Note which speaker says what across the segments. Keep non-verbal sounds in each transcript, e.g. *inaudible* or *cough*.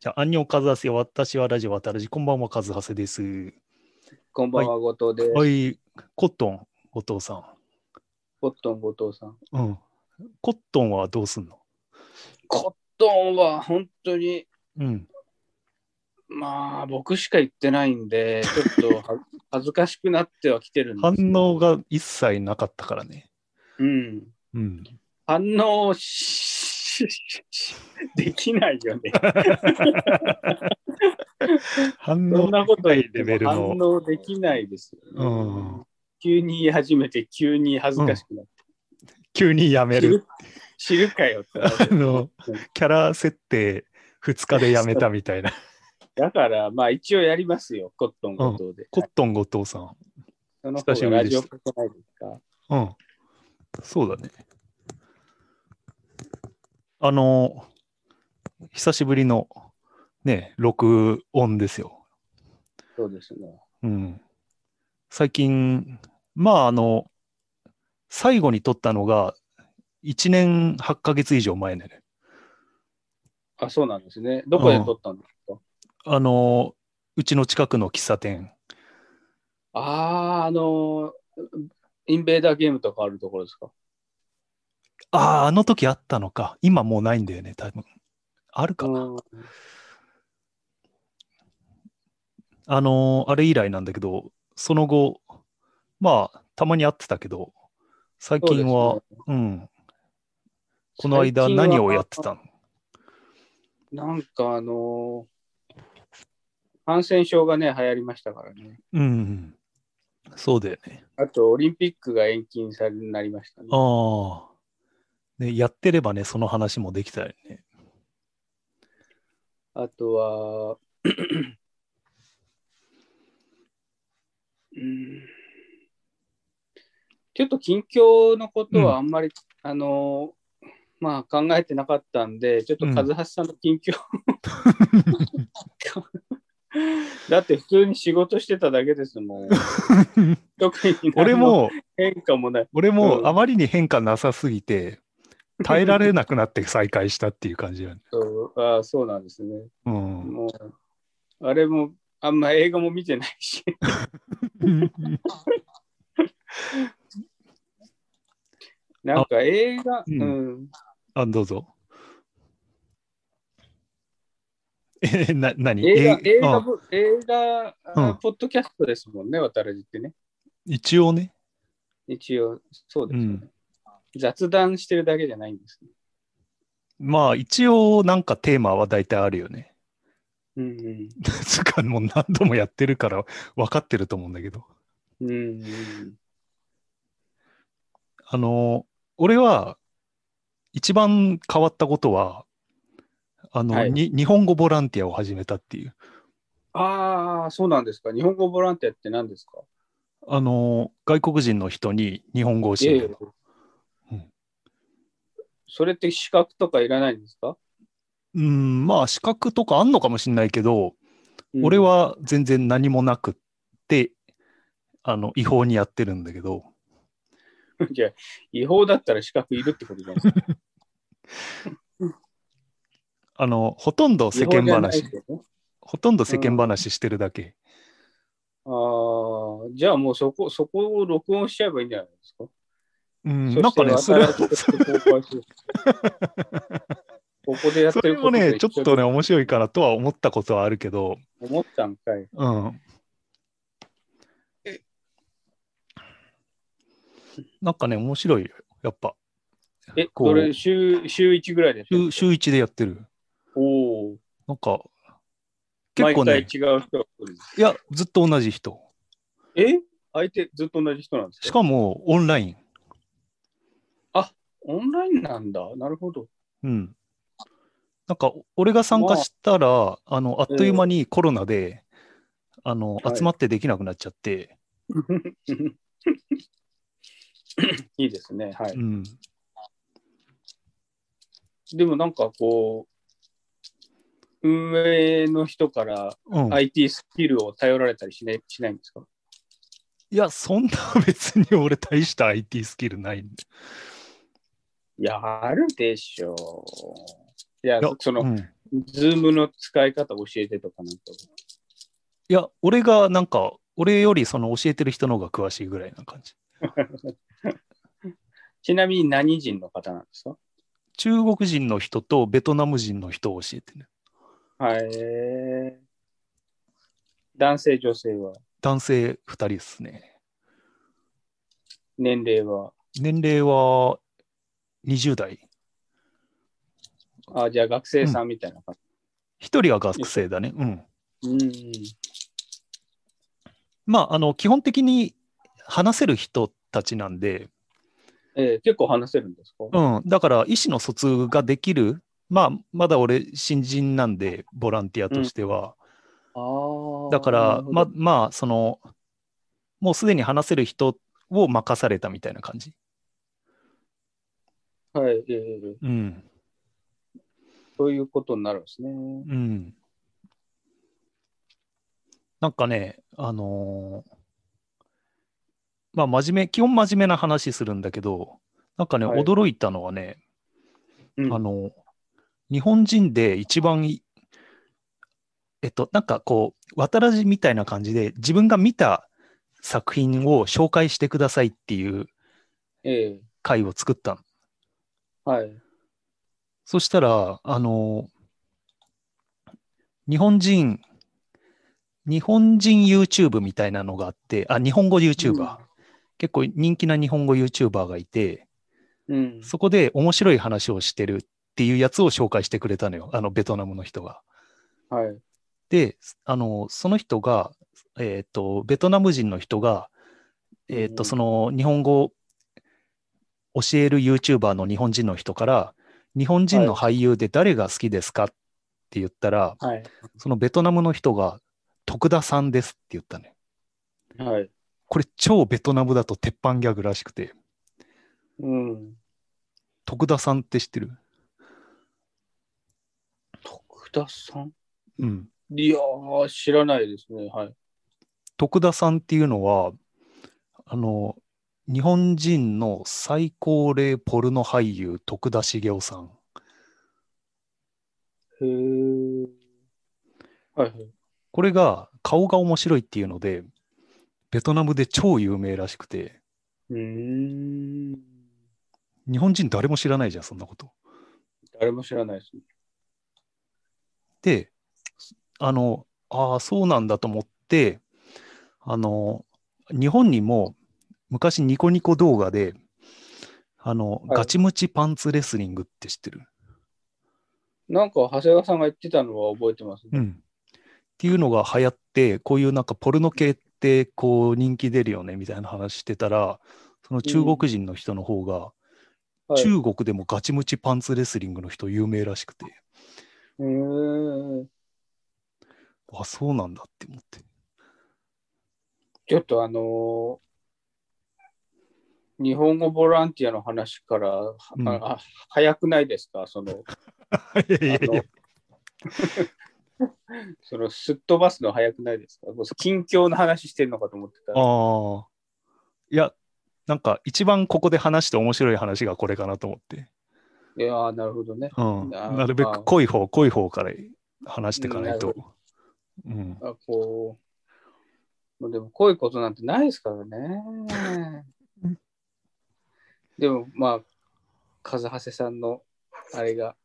Speaker 1: じゃあ、アンニョンカズハセ、私はラジオ渡るじ、こんばんはカズハセです。
Speaker 2: こんばんは、後藤です。
Speaker 1: はい、コットン、後藤さ
Speaker 2: コットン、後藤さん。
Speaker 1: ん。うん。コットンはどうすんの
Speaker 2: コットンは本当に、
Speaker 1: うん。
Speaker 2: まあ、僕しか言ってないんで、ちょっとは *laughs* 恥ずかしくなってはきてるんです。
Speaker 1: 反応が一切なかったからね。
Speaker 2: うん。
Speaker 1: うん。
Speaker 2: 反応しできないよね。
Speaker 1: 反
Speaker 2: そ
Speaker 1: 応
Speaker 2: んなこと言っ
Speaker 1: レベ
Speaker 2: て
Speaker 1: ル
Speaker 2: も反
Speaker 1: の。
Speaker 2: 応できないです
Speaker 1: う
Speaker 2: よね、
Speaker 1: ん。
Speaker 2: 急に言い始めて、急に恥ずかしくなって。
Speaker 1: 急にやめ
Speaker 2: 知
Speaker 1: る。
Speaker 2: る知るかよってなる
Speaker 1: *laughs* あの、キャラ設定2日でやめたみたいな。
Speaker 2: だから、まあ一応やりますよ、コットン後藤で。
Speaker 1: コットン後藤さん。
Speaker 2: その
Speaker 1: 久し
Speaker 2: 方
Speaker 1: ぶ
Speaker 2: が
Speaker 1: りで
Speaker 2: ラジオ
Speaker 1: す
Speaker 2: っぽくないですか
Speaker 1: うん。そうだね。あの、久しぶりのね、録音ですよ。
Speaker 2: そうですね。
Speaker 1: うん。最近、まああの、最後に撮ったのが1年8ヶ月以上前ね。
Speaker 2: あ、そうなんですね。どこで撮ったんですか、
Speaker 1: あの、うちの近くの喫茶店。
Speaker 2: ああ、あのーインベーダーゲームとかあるところですか
Speaker 1: ああ、あの時あったのか。今もうないんだよね、多分。あるかな。
Speaker 2: うん
Speaker 1: あのーあれ以来なんだけど、その後、まあ、たまに会ってたけど、最近は、
Speaker 2: そうですね
Speaker 1: うん、この間何をやってたの
Speaker 2: なんかあのー感染症がね、流行りましたからね。
Speaker 1: うんうん、そうだよね。
Speaker 2: あと、オリンピックが延期にされなりましたね。
Speaker 1: ああ。ね、やってればね、その話もできたよね。
Speaker 2: あとは、 *coughs* うんちょっと近況のことはあんまり、あのまあ考えてなかったんで、ちょっと
Speaker 1: うん
Speaker 2: 和橋さんの近況、 *laughs* だって普通に仕事してただけですもん。
Speaker 1: *laughs*
Speaker 2: 特に何
Speaker 1: *laughs* 俺
Speaker 2: の
Speaker 1: も、
Speaker 2: 変化もない。
Speaker 1: 俺
Speaker 2: う
Speaker 1: も
Speaker 2: ん
Speaker 1: あまりに変化なさすぎて、耐えられなくなって再開したっていう感じだね。
Speaker 2: そうあそうなんですね。
Speaker 1: *laughs* うん。
Speaker 2: もうあれもあんま映画も見てないし。なんか映画、
Speaker 1: うん
Speaker 2: うん、
Speaker 1: あ、どうぞ。え、な、何
Speaker 2: 映画、
Speaker 1: え
Speaker 2: 映画
Speaker 1: あ
Speaker 2: ぶ、映画、
Speaker 1: うん
Speaker 2: あポッドキャストですもんね、渡るじってね。
Speaker 1: 一応ね。
Speaker 2: 一応、そうですよね。
Speaker 1: うん
Speaker 2: 雑談してるだけじゃないんですね。
Speaker 1: まあ、一応、なんかテーマは大体あるよね。 *laughs*
Speaker 2: うん
Speaker 1: つうか、もう何度もやってるから分かってると思うんだけど。
Speaker 2: うん。うんうん、
Speaker 1: あの、俺は、一番変わったことは、あの、
Speaker 2: はい
Speaker 1: に日本語ボランティアを始めたっていう。
Speaker 2: ああ、そうなんですか。日本語ボランティアって何ですか
Speaker 1: あの、外国人の人に日本語を教え
Speaker 2: え
Speaker 1: る
Speaker 2: え
Speaker 1: の。うん
Speaker 2: それって資格とかいらないんですか、
Speaker 1: うん、まあ、資格とかあんのかもしれないけど、
Speaker 2: うん
Speaker 1: 俺。
Speaker 2: *laughs*
Speaker 1: は全然何もなくって、あの、違法にやってるんだけど、
Speaker 2: じゃあ違法だったら資格いるってことじゃないですか。
Speaker 1: あの、ほとんど *laughs* 世
Speaker 2: 違法
Speaker 1: 間
Speaker 2: じゃない
Speaker 1: 話
Speaker 2: で、すよね
Speaker 1: ほとんど世間話してるだけ。
Speaker 2: ああ、じゃあもうそこ、そこを録音しちゃえばいいんじゃないですか。
Speaker 1: うん、
Speaker 2: そ
Speaker 1: なん
Speaker 2: して
Speaker 1: かね、それは、
Speaker 2: 新しく公開する
Speaker 1: *laughs*
Speaker 2: ここでやっ
Speaker 1: そ
Speaker 2: て
Speaker 1: れ
Speaker 2: るこ
Speaker 1: も
Speaker 2: と
Speaker 1: ね、ちょっとね、
Speaker 2: ね、
Speaker 1: 面白いかなとは思ったことはあるけど、
Speaker 2: 思ったんかい。
Speaker 1: うん。なんかね、面白いよ、やっぱ。
Speaker 2: え、
Speaker 1: こう
Speaker 2: これ週、週1ぐらいでやってる
Speaker 1: 週週1でやってる。
Speaker 2: おお、
Speaker 1: なんか、結構
Speaker 2: 毎
Speaker 1: ね、
Speaker 2: 回違う人が来る
Speaker 1: いや、ずっと同じ人。
Speaker 2: え相手ずっと同じ人なんですか
Speaker 1: しかも、オンライン。
Speaker 2: オンラインなんだ。なるほど。
Speaker 1: うん。なんか、俺が参加したら、あの、あっという間にコロナで、あの、
Speaker 2: はい
Speaker 1: 集まってできなくなっちゃって、
Speaker 2: いいですね。はい。
Speaker 1: うん。
Speaker 2: でもなんかこう、運営の人から
Speaker 1: うん。
Speaker 2: IT スキルを頼られたりしないしないんですか
Speaker 1: いや、そんな別に俺大した IT スキルないんで。
Speaker 2: いや、あるでしょう。いや、
Speaker 1: いや
Speaker 2: その、
Speaker 1: うん
Speaker 2: ズームの使い方教えてとかなんか。
Speaker 1: いや、俺がなんか、俺よりその教えてる人の方が詳しいぐらいな感じ。
Speaker 2: ちなみに何人の方なんですか
Speaker 1: 中国人の人とベトナム人の人を教えてる。
Speaker 2: はい。男性、女性は
Speaker 1: 男性2人ですね。
Speaker 2: 年齢は
Speaker 1: 年齢は20代。
Speaker 2: あ、じゃあ学生さんみたいな感
Speaker 1: 1人は学生だね。うん。
Speaker 2: じ。うん。
Speaker 1: まあ、あの、基本的に話せる人たちなんで、
Speaker 2: えー結構話せるんですか、
Speaker 1: うん、だから医師の疎通ができる、まあ、まだ俺、新人なんで、ボランティアとしては。
Speaker 2: ああ。
Speaker 1: だから、ま
Speaker 2: なる
Speaker 1: まあ、その、もうすでに話せる人を任されたみたいな感じ。
Speaker 2: ほど、はい、えー
Speaker 1: うん。
Speaker 2: そういうことになるんですね。
Speaker 1: うん。なんかね、あのーまあ、真面目、基本真面目な話するんだけど、なんかね、
Speaker 2: はい
Speaker 1: 驚いたのはね、
Speaker 2: うん
Speaker 1: あの、日本人で一番い、えっと、なんかこう、渡らじみたいな感じで、自分が見た作品を紹介してくださいっていう
Speaker 2: ええ
Speaker 1: 回を作ったの。
Speaker 2: はい。
Speaker 1: そしたら、あの、日本人、日本人 YouTube みたいなのがあって、あ、日本語 YouTuber。結構人気な日本語 YouTuber がいて、
Speaker 2: うん。
Speaker 1: そこで面白い話をしてるっていうやつを紹介してくれたのよ、あのベトナムの人が。
Speaker 2: はい。
Speaker 1: で、あの、その人が、えっ、と、ベトナム人の人が、えっ、
Speaker 2: うん
Speaker 1: と、その日本語を教える YouTuber の日本人の人から、日本人の俳優で誰が好きですかって言ったら、
Speaker 2: はい。
Speaker 1: そのベトナムの人が、徳田さんですって言ったね。
Speaker 2: はい。
Speaker 1: これ、超ベトナムだと鉄板ギャグらしくて、
Speaker 2: うん。
Speaker 1: 徳田さんって知ってる
Speaker 2: 徳田さん
Speaker 1: うん。
Speaker 2: いやー、知らないですね。はい。
Speaker 1: 徳田さんっていうのは、あの、日本人の最高齢ポルノ俳優、徳田茂雄さん。
Speaker 2: へえ。はいはい。
Speaker 1: これが顔が面白いっていうので、ベトナムで超有名らしくて、
Speaker 2: うーん。
Speaker 1: 日本人誰も知らないじゃん、そんなこと。
Speaker 2: 誰も知らないですね。
Speaker 1: で、あの、ああ、そうなんだと思って、あの、日本にも昔ニコニコ動画で、あの、
Speaker 2: はい
Speaker 1: ガチムチパンツレスリングって知ってる
Speaker 2: なんか、長谷川さんが言ってたのは覚えてますね。
Speaker 1: うん。っていうのが流行って、こういうなんかポルノ系ってこう人気出るよねみたいな話してたら、その中国人の人の方が、
Speaker 2: はい、
Speaker 1: 中国でもガチムチパンツレスリングの人有名らしくて、
Speaker 2: へー
Speaker 1: あ、そうなんだって思って。
Speaker 2: ちょっとあのー日本語ボランティアの話から、は
Speaker 1: うん
Speaker 2: ああ早くないですかその、
Speaker 1: い
Speaker 2: あのその *laughs* すっ飛ばすの早くないですかこう近況の話してるのかと思ってたら。
Speaker 1: ああ。いや、なんか一番ここで話して面白い話がこれかなと思って。
Speaker 2: いやーなるほどね。
Speaker 1: うん。
Speaker 2: あー
Speaker 1: なるべく濃い方、濃い方から話していかない
Speaker 2: うん
Speaker 1: と
Speaker 2: なる。
Speaker 1: うん。
Speaker 2: あこうもうでも、こういうことなんてないですからね
Speaker 1: うん。
Speaker 2: でも、まあ、カズハセさんのあれが、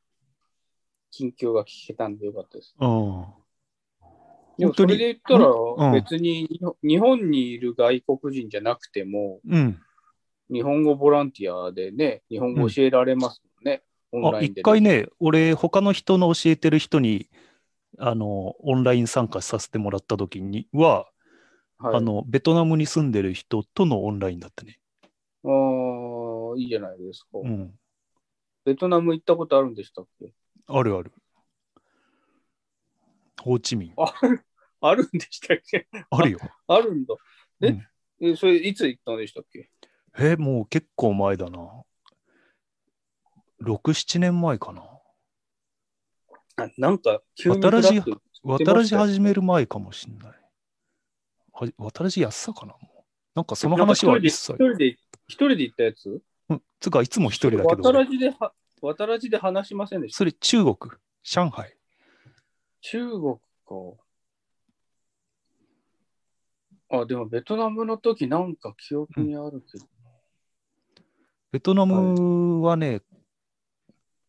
Speaker 2: 近況が聞けたんでよかったです。
Speaker 1: うん。
Speaker 2: でもそれで言った
Speaker 1: うん
Speaker 2: ら、別に日本日本にいる外国人じゃなくても、
Speaker 1: うん。
Speaker 2: 日本語ボランティアでね、日本語教えられますもんね、オン
Speaker 1: あ、
Speaker 2: ラインで。
Speaker 1: 一回。ね、俺、他の人の教えてる人に、あの、オンライン参加させてもらった時には、
Speaker 2: はい、あ
Speaker 1: あの、ベトナムに住んでる人とのオンラインだったね。
Speaker 2: のいいじゃないですか、
Speaker 1: うん。
Speaker 2: ベトナム行ったことあるんでしたっけ
Speaker 1: あるある。ホーチミン。
Speaker 2: あるんでしたっけ
Speaker 1: あるよ。
Speaker 2: あるんだ。え、
Speaker 1: うん
Speaker 2: えそれいつ行ったんでしたっけ
Speaker 1: え、もう結構前だな。6、7年前かな。
Speaker 2: あなんか、急に
Speaker 1: 新しい
Speaker 2: フラッと行って
Speaker 1: 渡
Speaker 2: ま
Speaker 1: ら
Speaker 2: し
Speaker 1: じ
Speaker 2: たよ
Speaker 1: 始める前かもしんない。は渡らじやっさかな、もう。なんかその
Speaker 2: なんか
Speaker 1: 話は一切
Speaker 2: 一。人で、一人で行ったやつ
Speaker 1: うん、つうか、いつも一人だけど
Speaker 2: 渡ら
Speaker 1: 俺。
Speaker 2: じでは、渡らじで話しませんでした。
Speaker 1: それ中国、上海。
Speaker 2: 中国か。あ、でもベトナムの時なんか記憶にあるけど。
Speaker 1: ベトナムはね、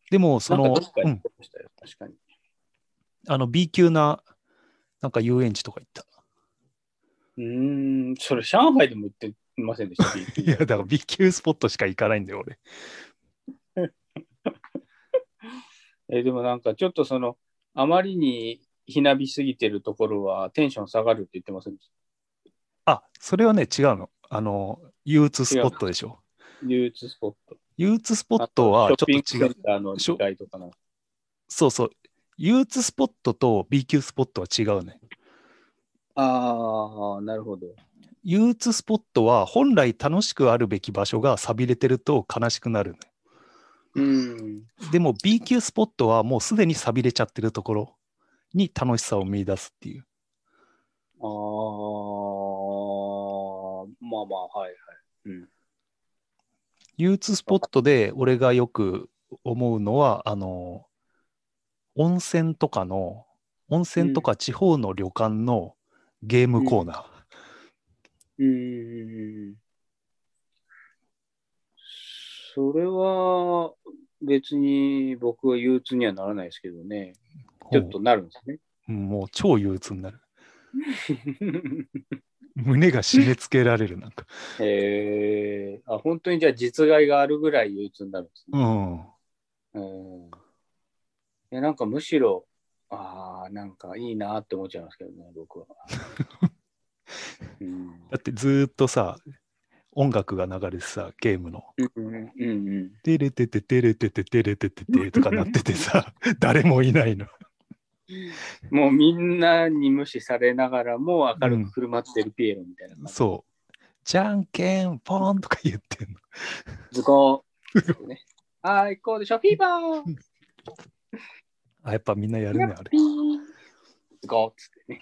Speaker 1: でもそ
Speaker 2: なん
Speaker 1: の
Speaker 2: かどっ、か
Speaker 1: う
Speaker 2: 行っ
Speaker 1: ん、
Speaker 2: てましたよ、確かに。
Speaker 1: あの B 級な、なんか遊園地とか行った。
Speaker 2: うーん、それ上海でも行ってませんでした。
Speaker 1: いや、だから B 級スポットしか行かないんだよ、俺。
Speaker 2: えーでもなんかちょっとその、あまりにひなびすぎてるところはテンション下がるって言ってませんでし
Speaker 1: あ、それはね、違うの。あの、憂鬱スポットでしょ。
Speaker 2: た憂鬱スポット。
Speaker 1: 憂鬱スポットは
Speaker 2: ショ
Speaker 1: ち
Speaker 2: ッピ
Speaker 1: ょ
Speaker 2: ン
Speaker 1: っ
Speaker 2: グ
Speaker 1: と
Speaker 2: セ
Speaker 1: 違
Speaker 2: ン
Speaker 1: う。
Speaker 2: ターの2階とかなんか
Speaker 1: そうそう。憂鬱スポットと B 級スポットは違うね。
Speaker 2: ああ、なるほど。
Speaker 1: 憂鬱スポットは本来楽しくあるべき場所が寂れてると悲しくなるね。
Speaker 2: うん。
Speaker 1: でも B 級スポットはもうすでに寂れちゃってるところに楽しさを見出すっていう。
Speaker 2: ああ、まあまあ、はいはい。うん。
Speaker 1: 憂鬱スポットで俺がよく思うのは、あの、温泉とかの、温泉とか地方の旅館のゲームコーナー。
Speaker 2: うーん。それは別に僕は憂鬱にはならないですけどね。ちょっとなるんですね。
Speaker 1: うんもう超憂鬱になる。胸が締め付けられる、なんか。
Speaker 2: へえあ、本当にじゃあ実害があるぐらい憂鬱になるんです
Speaker 1: う
Speaker 2: ね。
Speaker 1: ん。
Speaker 2: うん。いや、なんかむしろ、ああ、なんかいいなって思っちゃいますけどね、僕は。うん。
Speaker 1: だってずーっとさ、音楽が流れてさ、ゲームの。
Speaker 2: うんうんうん。
Speaker 1: テレテテテレテテテレテテテとかなっててさ、 *laughs* 誰もいないの。
Speaker 2: もうみんなに無視されながらも明るく振る舞ってるピエロみたいな感じ、
Speaker 1: そう。じゃんけんポンとか言ってんの。
Speaker 2: 図工、ね。はい、こうでしょ。フィーバー
Speaker 1: あ、やっぱみんなやるね、あれ。
Speaker 2: ピー図工っつってね。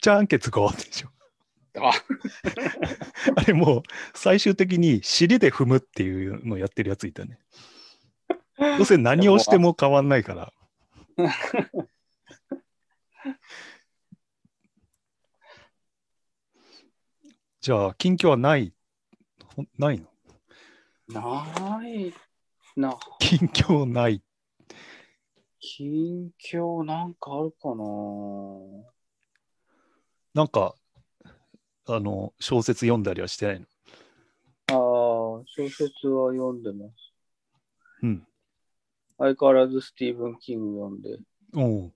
Speaker 1: じゃんけんつこうでしょ。
Speaker 2: あ
Speaker 1: *laughs* あれもう最終的に尻で踏むっていうのをやってるやついたね。どうせ何をしても変わんないから。 *laughs* じゃあ、近況はない、ほんないの
Speaker 2: ないな。
Speaker 1: 近況ない。
Speaker 2: 近況なんかあるかな
Speaker 1: なんか、あの、小説読んだりはしてないの。
Speaker 2: ああ、小説は読んでます。
Speaker 1: うん。
Speaker 2: 相変わらずスティーブン・キング読んで、
Speaker 1: おう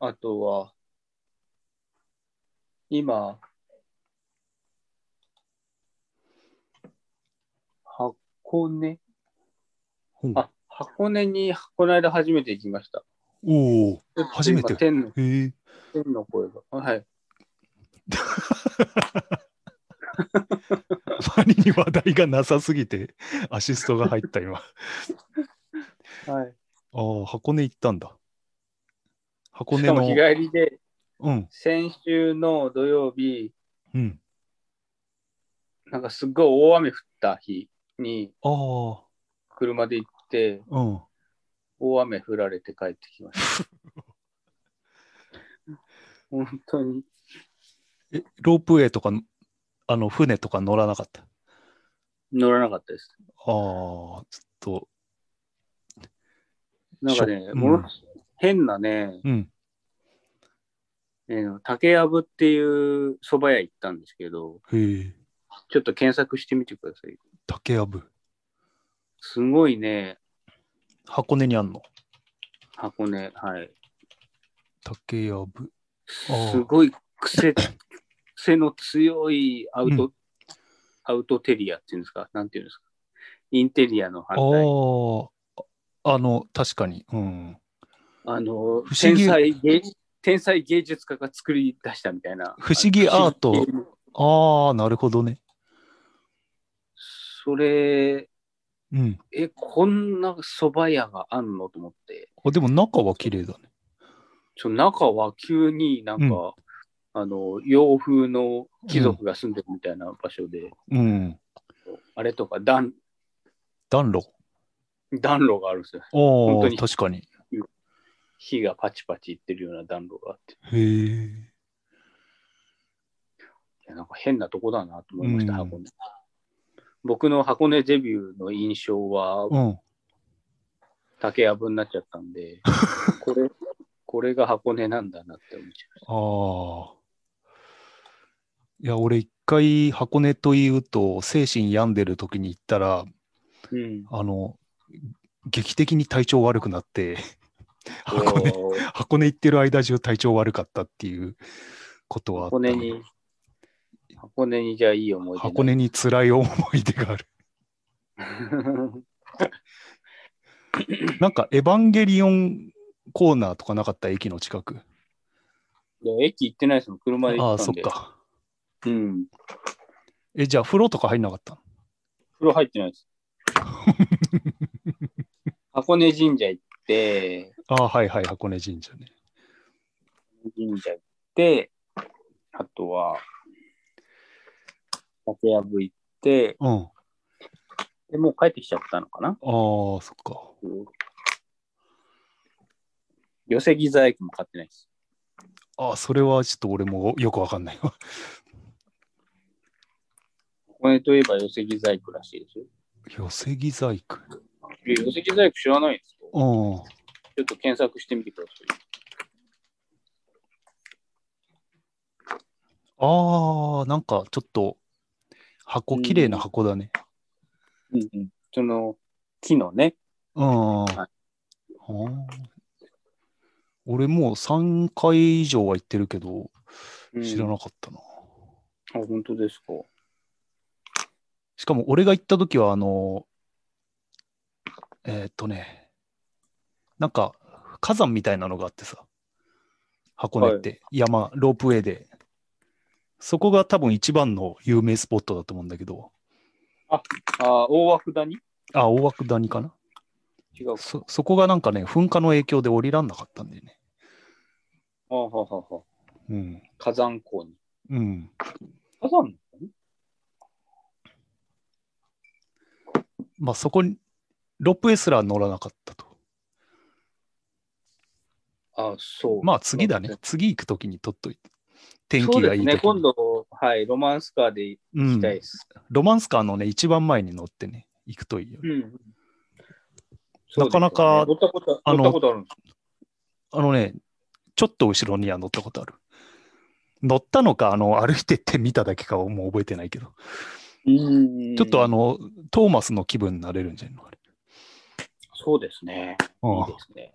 Speaker 2: あとは、今、箱根
Speaker 1: ほう
Speaker 2: あ、箱根にこの間初めて行きました。
Speaker 1: おう初めて
Speaker 2: 今天の
Speaker 1: へえ。
Speaker 2: 天の声が。はい。
Speaker 1: あまりに話題がなさすぎて、アシストが入った今。
Speaker 2: はい、
Speaker 1: ああ、箱根行ったんだ。箱
Speaker 2: し
Speaker 1: 根
Speaker 2: かも
Speaker 1: の。
Speaker 2: 日帰りで、
Speaker 1: うん、
Speaker 2: 先週の土曜日、
Speaker 1: うん。
Speaker 2: なんかすっごい大雨降った日に
Speaker 1: ああ、
Speaker 2: 車で行って、
Speaker 1: うん。
Speaker 2: 大雨降られて帰ってきました。本当に。
Speaker 1: え、ロープウェイとか、あの、船とか乗らなかった。あ
Speaker 2: 乗らなかったです。
Speaker 1: あ、ちょっと、
Speaker 2: なんかね
Speaker 1: しょ、
Speaker 2: もの
Speaker 1: うん
Speaker 2: 変なね、
Speaker 1: うん、
Speaker 2: えー竹やぶっていう蕎麦屋行ったんですけど、
Speaker 1: へえ、
Speaker 2: ちょっと検索してみてください。
Speaker 1: 竹やぶ。
Speaker 2: すごいね、
Speaker 1: 箱根にあんの。
Speaker 2: 箱根。はい。
Speaker 1: 竹やぶ。あー
Speaker 2: すごい癖、癖の強いアウト、
Speaker 1: う
Speaker 2: アウトテリアっていうんですか、なんていうんですか。インテリアの反
Speaker 1: あ
Speaker 2: 対。
Speaker 1: あ、あの、確かに。うん。
Speaker 2: あの
Speaker 1: 不、思
Speaker 2: 天
Speaker 1: 議
Speaker 2: 才芸、天才芸術家が作り出したみたいな。
Speaker 1: 不思議アート
Speaker 2: 不思議
Speaker 1: ああ、なるほどね。
Speaker 2: それ、
Speaker 1: うん。
Speaker 2: え、こんな蕎麦屋があんのと思って、
Speaker 1: あでも中は綺麗だね。
Speaker 2: ちょ中は急になんか、
Speaker 1: う
Speaker 2: あの、洋風の貴族が住んでるみたいな場所で、
Speaker 1: うん。
Speaker 2: あれとか暖、
Speaker 1: 暖炉。
Speaker 2: 暖炉があるんですよ。
Speaker 1: あ
Speaker 2: 当
Speaker 1: あ、
Speaker 2: に
Speaker 1: 確かに。
Speaker 2: 火がパチパチいってるような暖炉があって、い
Speaker 1: へえ。
Speaker 2: やなんか変なとこだなと思いました、
Speaker 1: うん
Speaker 2: 箱根。僕の箱根デビューの印象は
Speaker 1: うん。
Speaker 2: 竹やぶになっちゃったんで、これ、これが箱根なんだなって思っちゃいました。
Speaker 1: ああ。いや、俺一回箱根というと、精神病んでる時に行ったら、
Speaker 2: うん。
Speaker 1: あの、劇的に体調悪くなって、箱根、
Speaker 2: こう
Speaker 1: 箱根行ってる間中体調悪かったっていうことはあった
Speaker 2: 箱根に、箱根にじゃあいい思い出。
Speaker 1: 箱根に辛い思い出がある。 *laughs* なんか、エヴァンゲリオンコーナーとかなかった駅の近く。
Speaker 2: *laughs* いや駅行ってないですもん、車で
Speaker 1: あ
Speaker 2: 行
Speaker 1: あ、
Speaker 2: った
Speaker 1: そ
Speaker 2: ん
Speaker 1: っ
Speaker 2: で。
Speaker 1: か。
Speaker 2: うん。
Speaker 1: え、じゃあ、風呂とか入んなかった
Speaker 2: 風呂入ってな
Speaker 1: *laughs*
Speaker 2: いです。箱根神社行って、
Speaker 1: ああ、はいはい、箱根神社ね。
Speaker 2: 神社行って、あとは、竹やぶ行って、
Speaker 1: うん。あ
Speaker 2: でもう帰ってきちゃったのかな
Speaker 1: あ、そっか。
Speaker 2: 寄せ木細工も買ってないです。
Speaker 1: ああ、それはちょっと俺もよくわかんないわ。 *laughs*
Speaker 2: 箱根といえば寄せ木細工らしいですよ。
Speaker 1: 寄せ木細工。
Speaker 2: え寄せ木細工知らないんですか
Speaker 1: うん。
Speaker 2: ちょっと検索してみてください。
Speaker 1: ああ、なんかちょっと箱、
Speaker 2: うん
Speaker 1: 綺麗な箱だね。
Speaker 2: うんうん、その木のね、
Speaker 1: うん。
Speaker 2: い
Speaker 1: あー俺もう3回以上は行ってるけど、知ら
Speaker 2: い。
Speaker 1: なかったな。
Speaker 2: あ、本当ですか。
Speaker 1: しかも俺が行った時は、あの、えーっとね、なんか火山みたいなのがあってさ、箱根って、山、ロープウェイで。そこが多分一番の有名スポットだと思うんだけど、
Speaker 2: あ、大涌谷
Speaker 1: あ、大涌谷かな
Speaker 2: 違うか。
Speaker 1: そそこがなんかね、噴火の影響で降りらんなかったんだよね。
Speaker 2: あははは。
Speaker 1: うん。
Speaker 2: 火山港に。
Speaker 1: うん。
Speaker 2: 火山の方に
Speaker 1: まあそこに、ロープウェイすら乗らなかったと。
Speaker 2: あ、そう。
Speaker 1: まあ次だね。次行くときに取っといて。天
Speaker 2: そ
Speaker 1: 気
Speaker 2: うで
Speaker 1: が
Speaker 2: す
Speaker 1: いい時に
Speaker 2: ね。今度、はい、ロマンスカーで行
Speaker 1: う
Speaker 2: き
Speaker 1: ん
Speaker 2: た。いです。
Speaker 1: ロマンスカーのね、一番前に乗ってね、行くといいよ。
Speaker 2: うん。
Speaker 1: なかなか
Speaker 2: そうですよね乗ったこと
Speaker 1: あの
Speaker 2: 乗ったことあるんですか
Speaker 1: あのね、ちょっと後ろには乗ったことある。乗ったのか、あの、歩いてって見ただけかはもう覚えてないけど、
Speaker 2: うん
Speaker 1: ちょっとあ、の、トーマスの気分になれるんじゃないのあれ。
Speaker 2: そうですね。いいですね。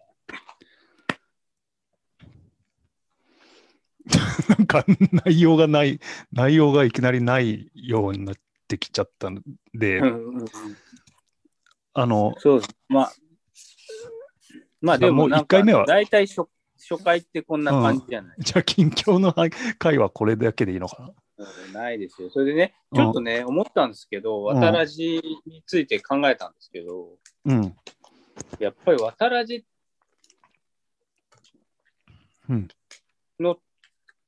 Speaker 1: *laughs* なんか内容がない、内容がいきなりないようになってきちゃったんで、
Speaker 2: うんうんうん
Speaker 1: あの、
Speaker 2: そうです。まあ、まあでも
Speaker 1: もう
Speaker 2: なん
Speaker 1: 一
Speaker 2: か、
Speaker 1: 回目は
Speaker 2: 大体初初回ってこんな感じじゃない、
Speaker 1: じゃあ近況のはい回はこれだけでいいのか
Speaker 2: うんないですよ。それでね、
Speaker 1: うん
Speaker 2: ちょっとね、思ったんですけど、
Speaker 1: うん
Speaker 2: 渡らじについて考えたんですけど、
Speaker 1: な。うん。
Speaker 2: やっぱり渡らじ
Speaker 1: うん
Speaker 2: の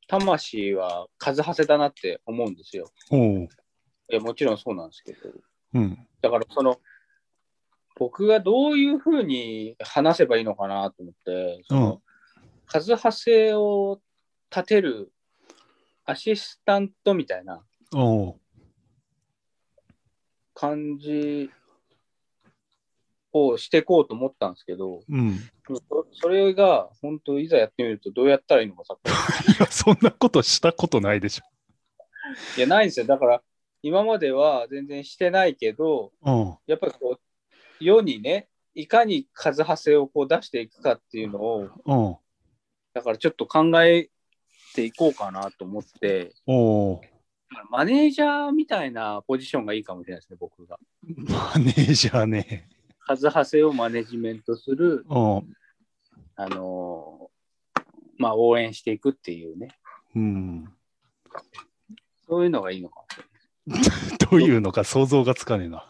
Speaker 2: 魂は数はせだなって思うんですよ。
Speaker 1: おう。
Speaker 2: いやもちろんそうなんですけど。
Speaker 1: うん。
Speaker 2: だからその、僕がどういうふうに話せばいいのかなと思って、その、数はせを立てるアシスタントみたいな
Speaker 1: おう。
Speaker 2: 感じをしてこうと思ったんですけど、
Speaker 1: うん。い
Speaker 2: そそれが本当いざやってみるとどうやったらいいのかさっぱり
Speaker 1: や、そんなことしたことないでし
Speaker 2: いや、ないんですよ。だから、今までは全然してないけど、
Speaker 1: ょ。
Speaker 2: やっぱりこう、世にね、いかに数はせをこう出していくかっていうのを、
Speaker 1: うん。うん。
Speaker 2: だからちょっと考えていこうかなと思って、
Speaker 1: おう。
Speaker 2: だからマネージャーみたいなポジションがいいかもしれないですね、僕が。
Speaker 1: マネージャーね。
Speaker 2: 数はせをマネジメントする、
Speaker 1: うん。
Speaker 2: あのーまあ、応援していくっていうね、
Speaker 1: うん。
Speaker 2: そういうのがいいのかもしれない。
Speaker 1: どういうのか想像がつかねえな。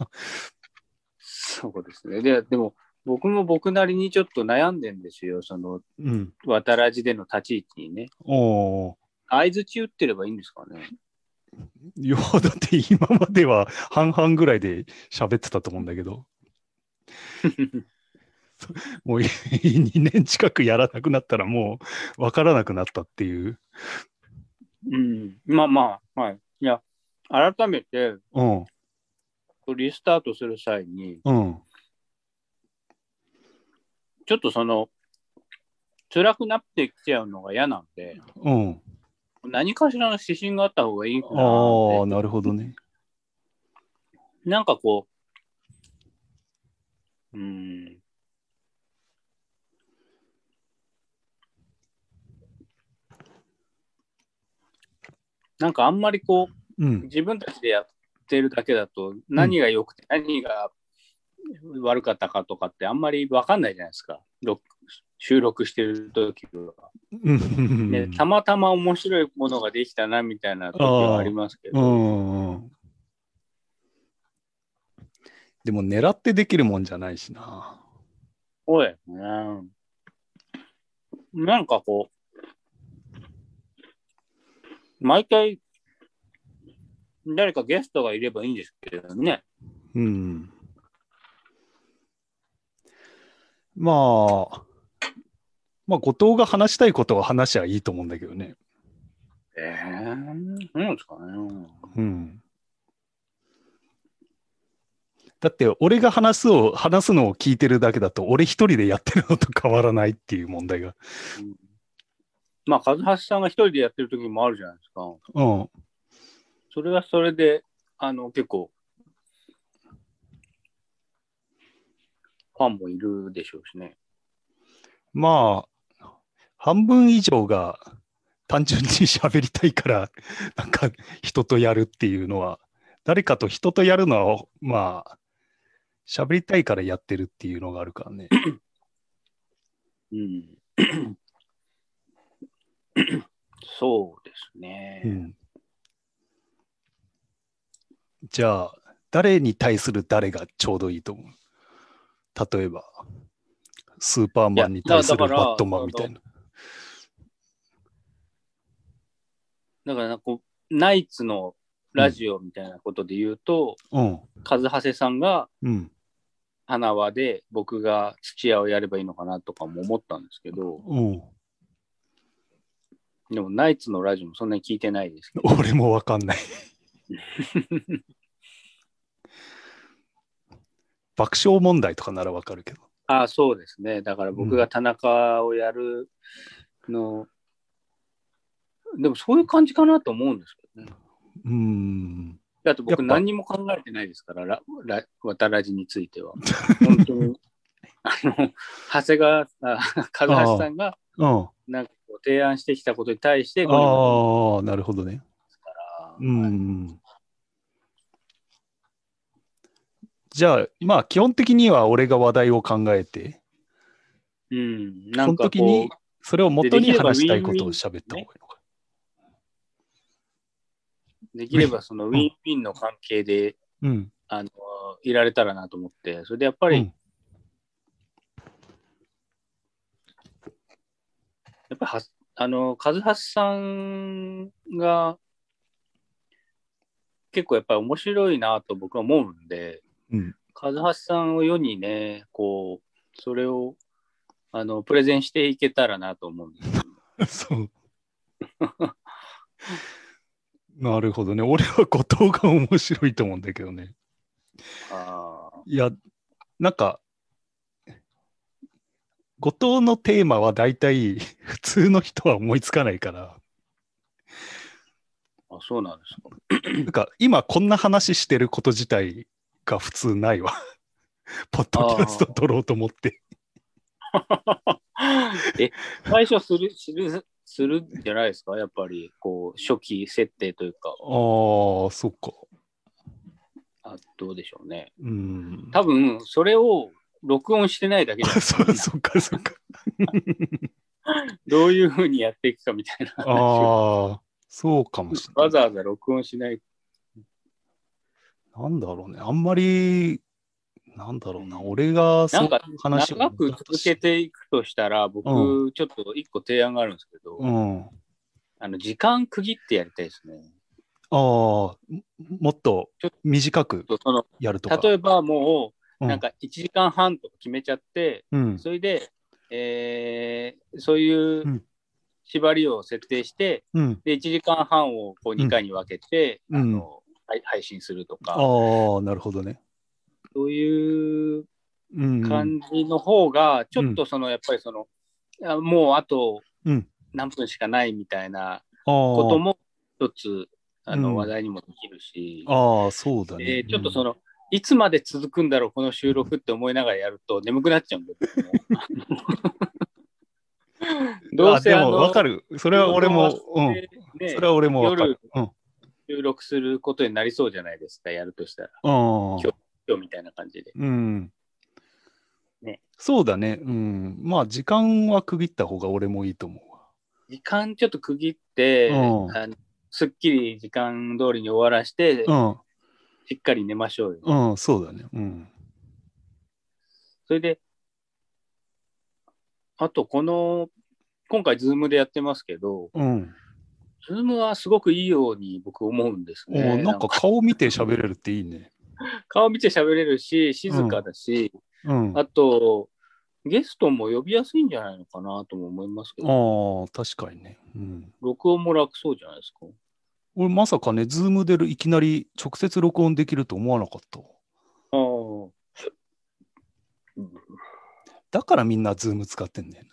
Speaker 1: *laughs*
Speaker 2: そうですね。ででも、僕も僕なりにちょっと悩んでんですよ、その、
Speaker 1: うん。
Speaker 2: 渡らじでの立ち位置にね。
Speaker 1: おう。
Speaker 2: 相づち打ってればいいんですかね。
Speaker 1: ようだって今までは半々ぐらいで喋ってたと思うんだけど。もう2年近くやらなくなったらもう分からなくなったっていう。
Speaker 2: うん。まあまあ、はい。いや、改めて、
Speaker 1: うん、
Speaker 2: リスタートする際に、
Speaker 1: うん、
Speaker 2: ちょっとその、辛くなってきちゃうのが嫌なんで、
Speaker 1: うん。
Speaker 2: 何かしらの指針があった方がいいかな
Speaker 1: ああ、
Speaker 2: って
Speaker 1: なるほどね。
Speaker 2: なんかこう、うん。なんかあんまりこう、
Speaker 1: うん、
Speaker 2: 自分たちでやってるだけだと、何が良くて何が悪かったかとかってあんまり分かんないじゃないですか。録収録してる時は、
Speaker 1: うんうん
Speaker 2: ね。たまたま面白いものができたなみたいな時はありますけ
Speaker 1: う
Speaker 2: ど。
Speaker 1: んうんでも狙ってできるもんじゃないしな。
Speaker 2: そうやね。なんかこう、毎回、誰かゲストがいればいいんですけどね。
Speaker 1: うん。まあ、まあ、後藤が話したいことを話しゃいいと思うんだけどね。
Speaker 2: ええー、なんですかね。
Speaker 1: うん。だって、俺が話すを、話すのを聞いてるだけだと、俺一人でやってるのと変わらないっていう問題が。
Speaker 2: まあ、和橋さんが一人でやってる時もあるじゃないですか。
Speaker 1: うん。
Speaker 2: それはそれで、あの、結構、ファンもいるでしょうしね。
Speaker 1: まあ、半分以上が単純に喋りたいから、 *laughs* なんか人とやるっていうのは、誰かと人とやるのは、まあ、喋りたいからやってるっていうのがあるからね。
Speaker 2: うん。 *clears throat* そうですね。
Speaker 1: うん、じゃあ、誰に対する誰がちょうどいいと思う例えば、スーパーマンに対する
Speaker 2: いやだ
Speaker 1: バ
Speaker 2: から
Speaker 1: ットマンみたいな。
Speaker 2: だからなんかこう、ナイツのラジオみたいなことで言うと、
Speaker 1: うん。
Speaker 2: 和橋さんが
Speaker 1: うん。
Speaker 2: 花輪で僕が土屋をやればいいのかなとかも思ったんですけど、
Speaker 1: うん。
Speaker 2: でもナイツのラジオもそんなに聞いてないですけど、
Speaker 1: 俺もわか
Speaker 2: *laughs*
Speaker 1: んない。爆笑問題とかならわかるけど。
Speaker 2: ああ、そうですね。だから僕が田中をやるの、でもそういう感じかなと思うんですけどね。
Speaker 1: うーん。
Speaker 2: だって僕
Speaker 1: やっぱ
Speaker 2: 何にも考えてないですから、 *laughs* ララ渡らじについては。本当
Speaker 1: *laughs*
Speaker 2: に、あの、長谷川、あ和橋さん *laughs* が、
Speaker 1: うん。
Speaker 2: なんかこう提案してきたことに対して、ゴニョゴ
Speaker 1: ああ、なるほどね。う
Speaker 2: ニョはい
Speaker 1: ん。じゃあ、まあ、基本的には俺が話題を考えて、
Speaker 2: うん、な
Speaker 1: そ
Speaker 2: ん
Speaker 1: の
Speaker 2: か
Speaker 1: 時
Speaker 2: こ
Speaker 1: に
Speaker 2: う、
Speaker 1: それを元に話したいことを喋った方がいいのか。
Speaker 2: できればそのウィンウィンの関係で、
Speaker 1: うん。
Speaker 2: あの、いられたらなと思って、それでやっぱ
Speaker 1: う
Speaker 2: り、
Speaker 1: ん
Speaker 2: やっぱりは、あの、和橋さんが、結構やっぱり面白いなと僕は思うんで、
Speaker 1: うん。
Speaker 2: 和橋さんを世にね、こう、それを、あの、プレゼンしていけたらなと思うんです。
Speaker 1: そう。 *laughs* なるほどね。俺は後藤が面白いと思うんだけどね。
Speaker 2: あー
Speaker 1: いや、なんか、後藤のテーマは大体普通の人は思いつかないから、
Speaker 2: あ、そうなんですか。
Speaker 1: なんか今こんな話してること自体が普通ないわ。 *laughs* ポッドキャスト撮ろうと思って。
Speaker 2: *laughs* え、最初する、する、するんじゃないですかやっぱり、こう、初期設定というか、
Speaker 1: ああー、そっか。
Speaker 2: あどうでしょうね。
Speaker 1: うん。
Speaker 2: 多分、それを録音してないだけじゃないです
Speaker 1: *laughs* そ
Speaker 2: か。
Speaker 1: そっかそっか。
Speaker 2: どういうふうにやっていくかみたいな話を。
Speaker 1: ああ、そうかもしれ
Speaker 2: わ
Speaker 1: ない。
Speaker 2: ざわざ録音しない。
Speaker 1: なんだろうね。あんまり、なんだろうな。俺がそ
Speaker 2: な
Speaker 1: うんいう
Speaker 2: か、
Speaker 1: 話を
Speaker 2: 長く続けていくとしたら、僕、
Speaker 1: う
Speaker 2: ちょっと一個提案があるんですけど、
Speaker 1: うん。
Speaker 2: あの、時間区切ってやりたいですね。
Speaker 1: ああ、ももっと短く
Speaker 2: その
Speaker 1: やるとか。
Speaker 2: 例えばもう、
Speaker 1: うん
Speaker 2: なんか1時間半とか決めちゃって、
Speaker 1: うん。
Speaker 2: それで、えーそういううん縛りを設定して、
Speaker 1: うん。
Speaker 2: で1時間半をこう2回に分けて、
Speaker 1: うん
Speaker 2: あのはい配信するとか、
Speaker 1: ああ、なるほどね。
Speaker 2: そういう
Speaker 1: うん。
Speaker 2: 感じの方が、ちょっとその、やっぱりその、あもうあと
Speaker 1: うん
Speaker 2: 何分しかないみたいなこ
Speaker 1: こと
Speaker 2: も一つあ
Speaker 1: うん
Speaker 2: の話題にもできるし、
Speaker 1: ああ、そうだね。
Speaker 2: でちょっとそ
Speaker 1: の、
Speaker 2: の、いつまで続くんだろう、この収録って思いながらやると眠くなっちゃうんだけども。どう
Speaker 1: *laughs*
Speaker 2: せ
Speaker 1: あ
Speaker 2: あ
Speaker 1: でも
Speaker 2: の
Speaker 1: わかる。それは俺も、うん。
Speaker 2: ね
Speaker 1: それは俺もわかる。うん。
Speaker 2: 収録することになりそうじゃないですか、やるとしたら。
Speaker 1: ああ。
Speaker 2: 今日みたいな感じで。
Speaker 1: うん。
Speaker 2: ね
Speaker 1: そうだね。うん。まあ、時間は区切った方が俺もいいと思うわ。
Speaker 2: 時間ちょっと区切って、
Speaker 1: うん
Speaker 2: あのすっきり時間通りに終わらして、しっかり寝ましょうよ。
Speaker 1: うん。うん。そうだね。うん。
Speaker 2: それで、あとこの、今回、ズームでやってますけど、
Speaker 1: うん。
Speaker 2: ズームはすごくいいように僕思うんです
Speaker 1: お
Speaker 2: ね。
Speaker 1: ーなんか顔見て喋れるっていいね。
Speaker 2: 顔見て喋れるし、静かだし、
Speaker 1: うん。あ
Speaker 2: あと、ゲストも呼びやすいんじゃないのかなとも思いますけ
Speaker 1: あ
Speaker 2: ど、
Speaker 1: ー、確かにね。うん。
Speaker 2: 録音も楽そうじゃないですか。
Speaker 1: 俺、まさかね、ズームでいきなり直接録音できると思わなかったわ。
Speaker 2: あーうん
Speaker 1: だからみんなズーム使ってんだよね。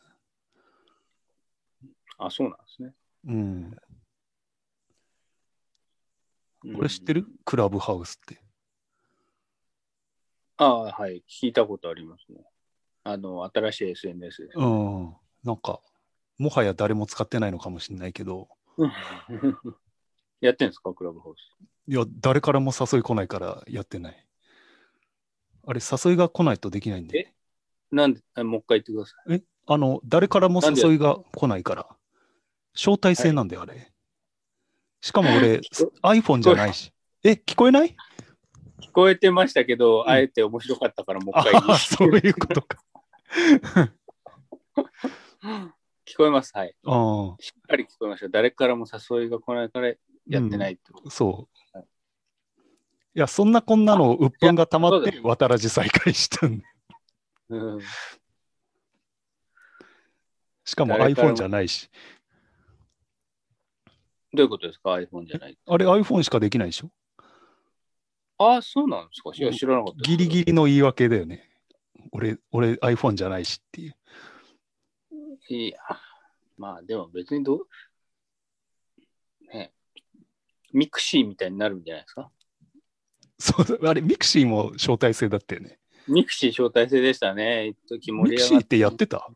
Speaker 2: あ、そうなんですね。
Speaker 1: うん。
Speaker 2: うん
Speaker 1: これ知ってる、クラブハウスって。
Speaker 2: ああ、はい。聞いたことありますね。あの、新しい SNS です。
Speaker 1: うん。なんか、もはや誰も使ってないのかもしれないけど、
Speaker 2: やってんですか、クラブハウス。
Speaker 1: いや、誰からも誘い来ないからやってない。あれ、誘いが来ないとできないんで。
Speaker 2: なんで、あもう一回言ってください。
Speaker 1: えあの、誰からも誘いが来ないから。招待制なんだよ、あれ。しかも *laughs* 俺、iPhone じゃないし。え、 *laughs* 聞こえない
Speaker 2: 聞こえてましたけど、
Speaker 1: ん
Speaker 2: あえて面白かったからもう
Speaker 1: あ
Speaker 2: 一回言い
Speaker 1: あ、
Speaker 2: ます
Speaker 1: そういうこと *laughs* か。
Speaker 2: 聞こえます。はい。
Speaker 1: あ
Speaker 2: しっかり聞こえました。誰からも誘いが来ないからやってないってこと。
Speaker 1: あ、そう。いや、そんなこんなの、鬱憤が溜まっ
Speaker 2: いやそうだ
Speaker 1: て、
Speaker 2: よ
Speaker 1: 渡らじ再開したんで。
Speaker 2: うん
Speaker 1: しかも
Speaker 2: 誰からも
Speaker 1: iPhone じゃないし。
Speaker 2: どういうことですか ?iPhone じゃない。
Speaker 1: あれ iPhone しかできないでしょ
Speaker 2: ああ、そうなんですかいや、知らなかった。
Speaker 1: ギリギリの言い訳だよね。俺、俺 iPhone じゃないしっていう。
Speaker 2: リ。いや、まあでも別にどう、ね、ミクシーみたいになるんじゃないですか
Speaker 1: そう、あれ、ミクシーも招待制だったよね。
Speaker 2: ミクシー招待制でしたね。一時盛
Speaker 1: ミ
Speaker 2: り
Speaker 1: ク
Speaker 2: 上
Speaker 1: シ
Speaker 2: が
Speaker 1: ー
Speaker 2: っ
Speaker 1: ってやってた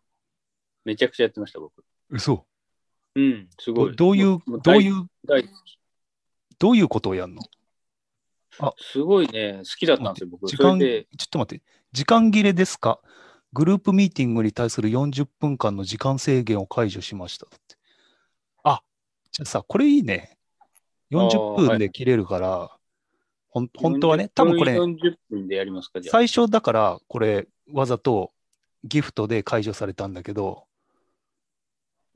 Speaker 2: めちゃくちゃやってました、僕。
Speaker 1: 嘘
Speaker 2: うん、すご
Speaker 1: ど
Speaker 2: い。
Speaker 1: どういう
Speaker 2: も、
Speaker 1: どう
Speaker 2: う
Speaker 1: いう、
Speaker 2: 大大好き
Speaker 1: どういうことをやるのち
Speaker 2: すごいね、好きだったんですよ、僕。
Speaker 1: 時
Speaker 2: そ
Speaker 1: 間
Speaker 2: れで、
Speaker 1: ょっと待って、時間切れですかグループミーティングに対する40分間の時間制限を解除しました。だってあ、じゃあさ、これいいね。
Speaker 2: あー
Speaker 1: 40
Speaker 2: は
Speaker 1: 分
Speaker 2: い
Speaker 1: で切れるから、ほん本当はね、
Speaker 2: 40
Speaker 1: 多分これ、
Speaker 2: 40分でやりますか、じゃあ。
Speaker 1: 最初だからこれわざとギフトで解除されたんだけど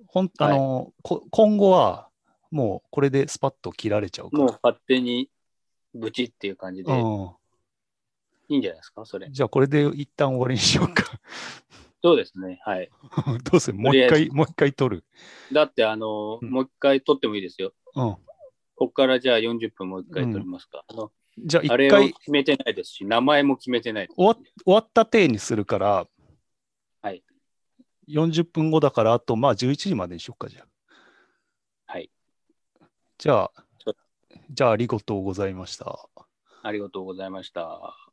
Speaker 1: ほんあの、こ今後はもうこれでスパッと切られちゃうか
Speaker 2: もう
Speaker 1: ら
Speaker 2: 勝手にブチっていう感じで、いいんじゃないですか、それ
Speaker 1: うん、。じゃあこれで一旦終わりにしようか
Speaker 2: そうですね、はい。
Speaker 1: *laughs* どうせもう一
Speaker 2: とりあえ
Speaker 1: 回もう一回撮る、
Speaker 2: だって、あの、
Speaker 1: うん
Speaker 2: もう一回撮ってもいいですよ。
Speaker 1: うん、
Speaker 2: ここからじゃあ40分もう一回撮りますか。あの
Speaker 1: じゃあ一
Speaker 2: あれ
Speaker 1: 回
Speaker 2: を
Speaker 1: 終
Speaker 2: 決めてないですし、名前も決めてないです。
Speaker 1: わわった体にするから、
Speaker 2: はい、
Speaker 1: 40分後だからあとまあ11時までにしようかじゃあ
Speaker 2: はい
Speaker 1: じゃあ
Speaker 2: そう
Speaker 1: じゃあありがとうございました
Speaker 2: ありがとうございました。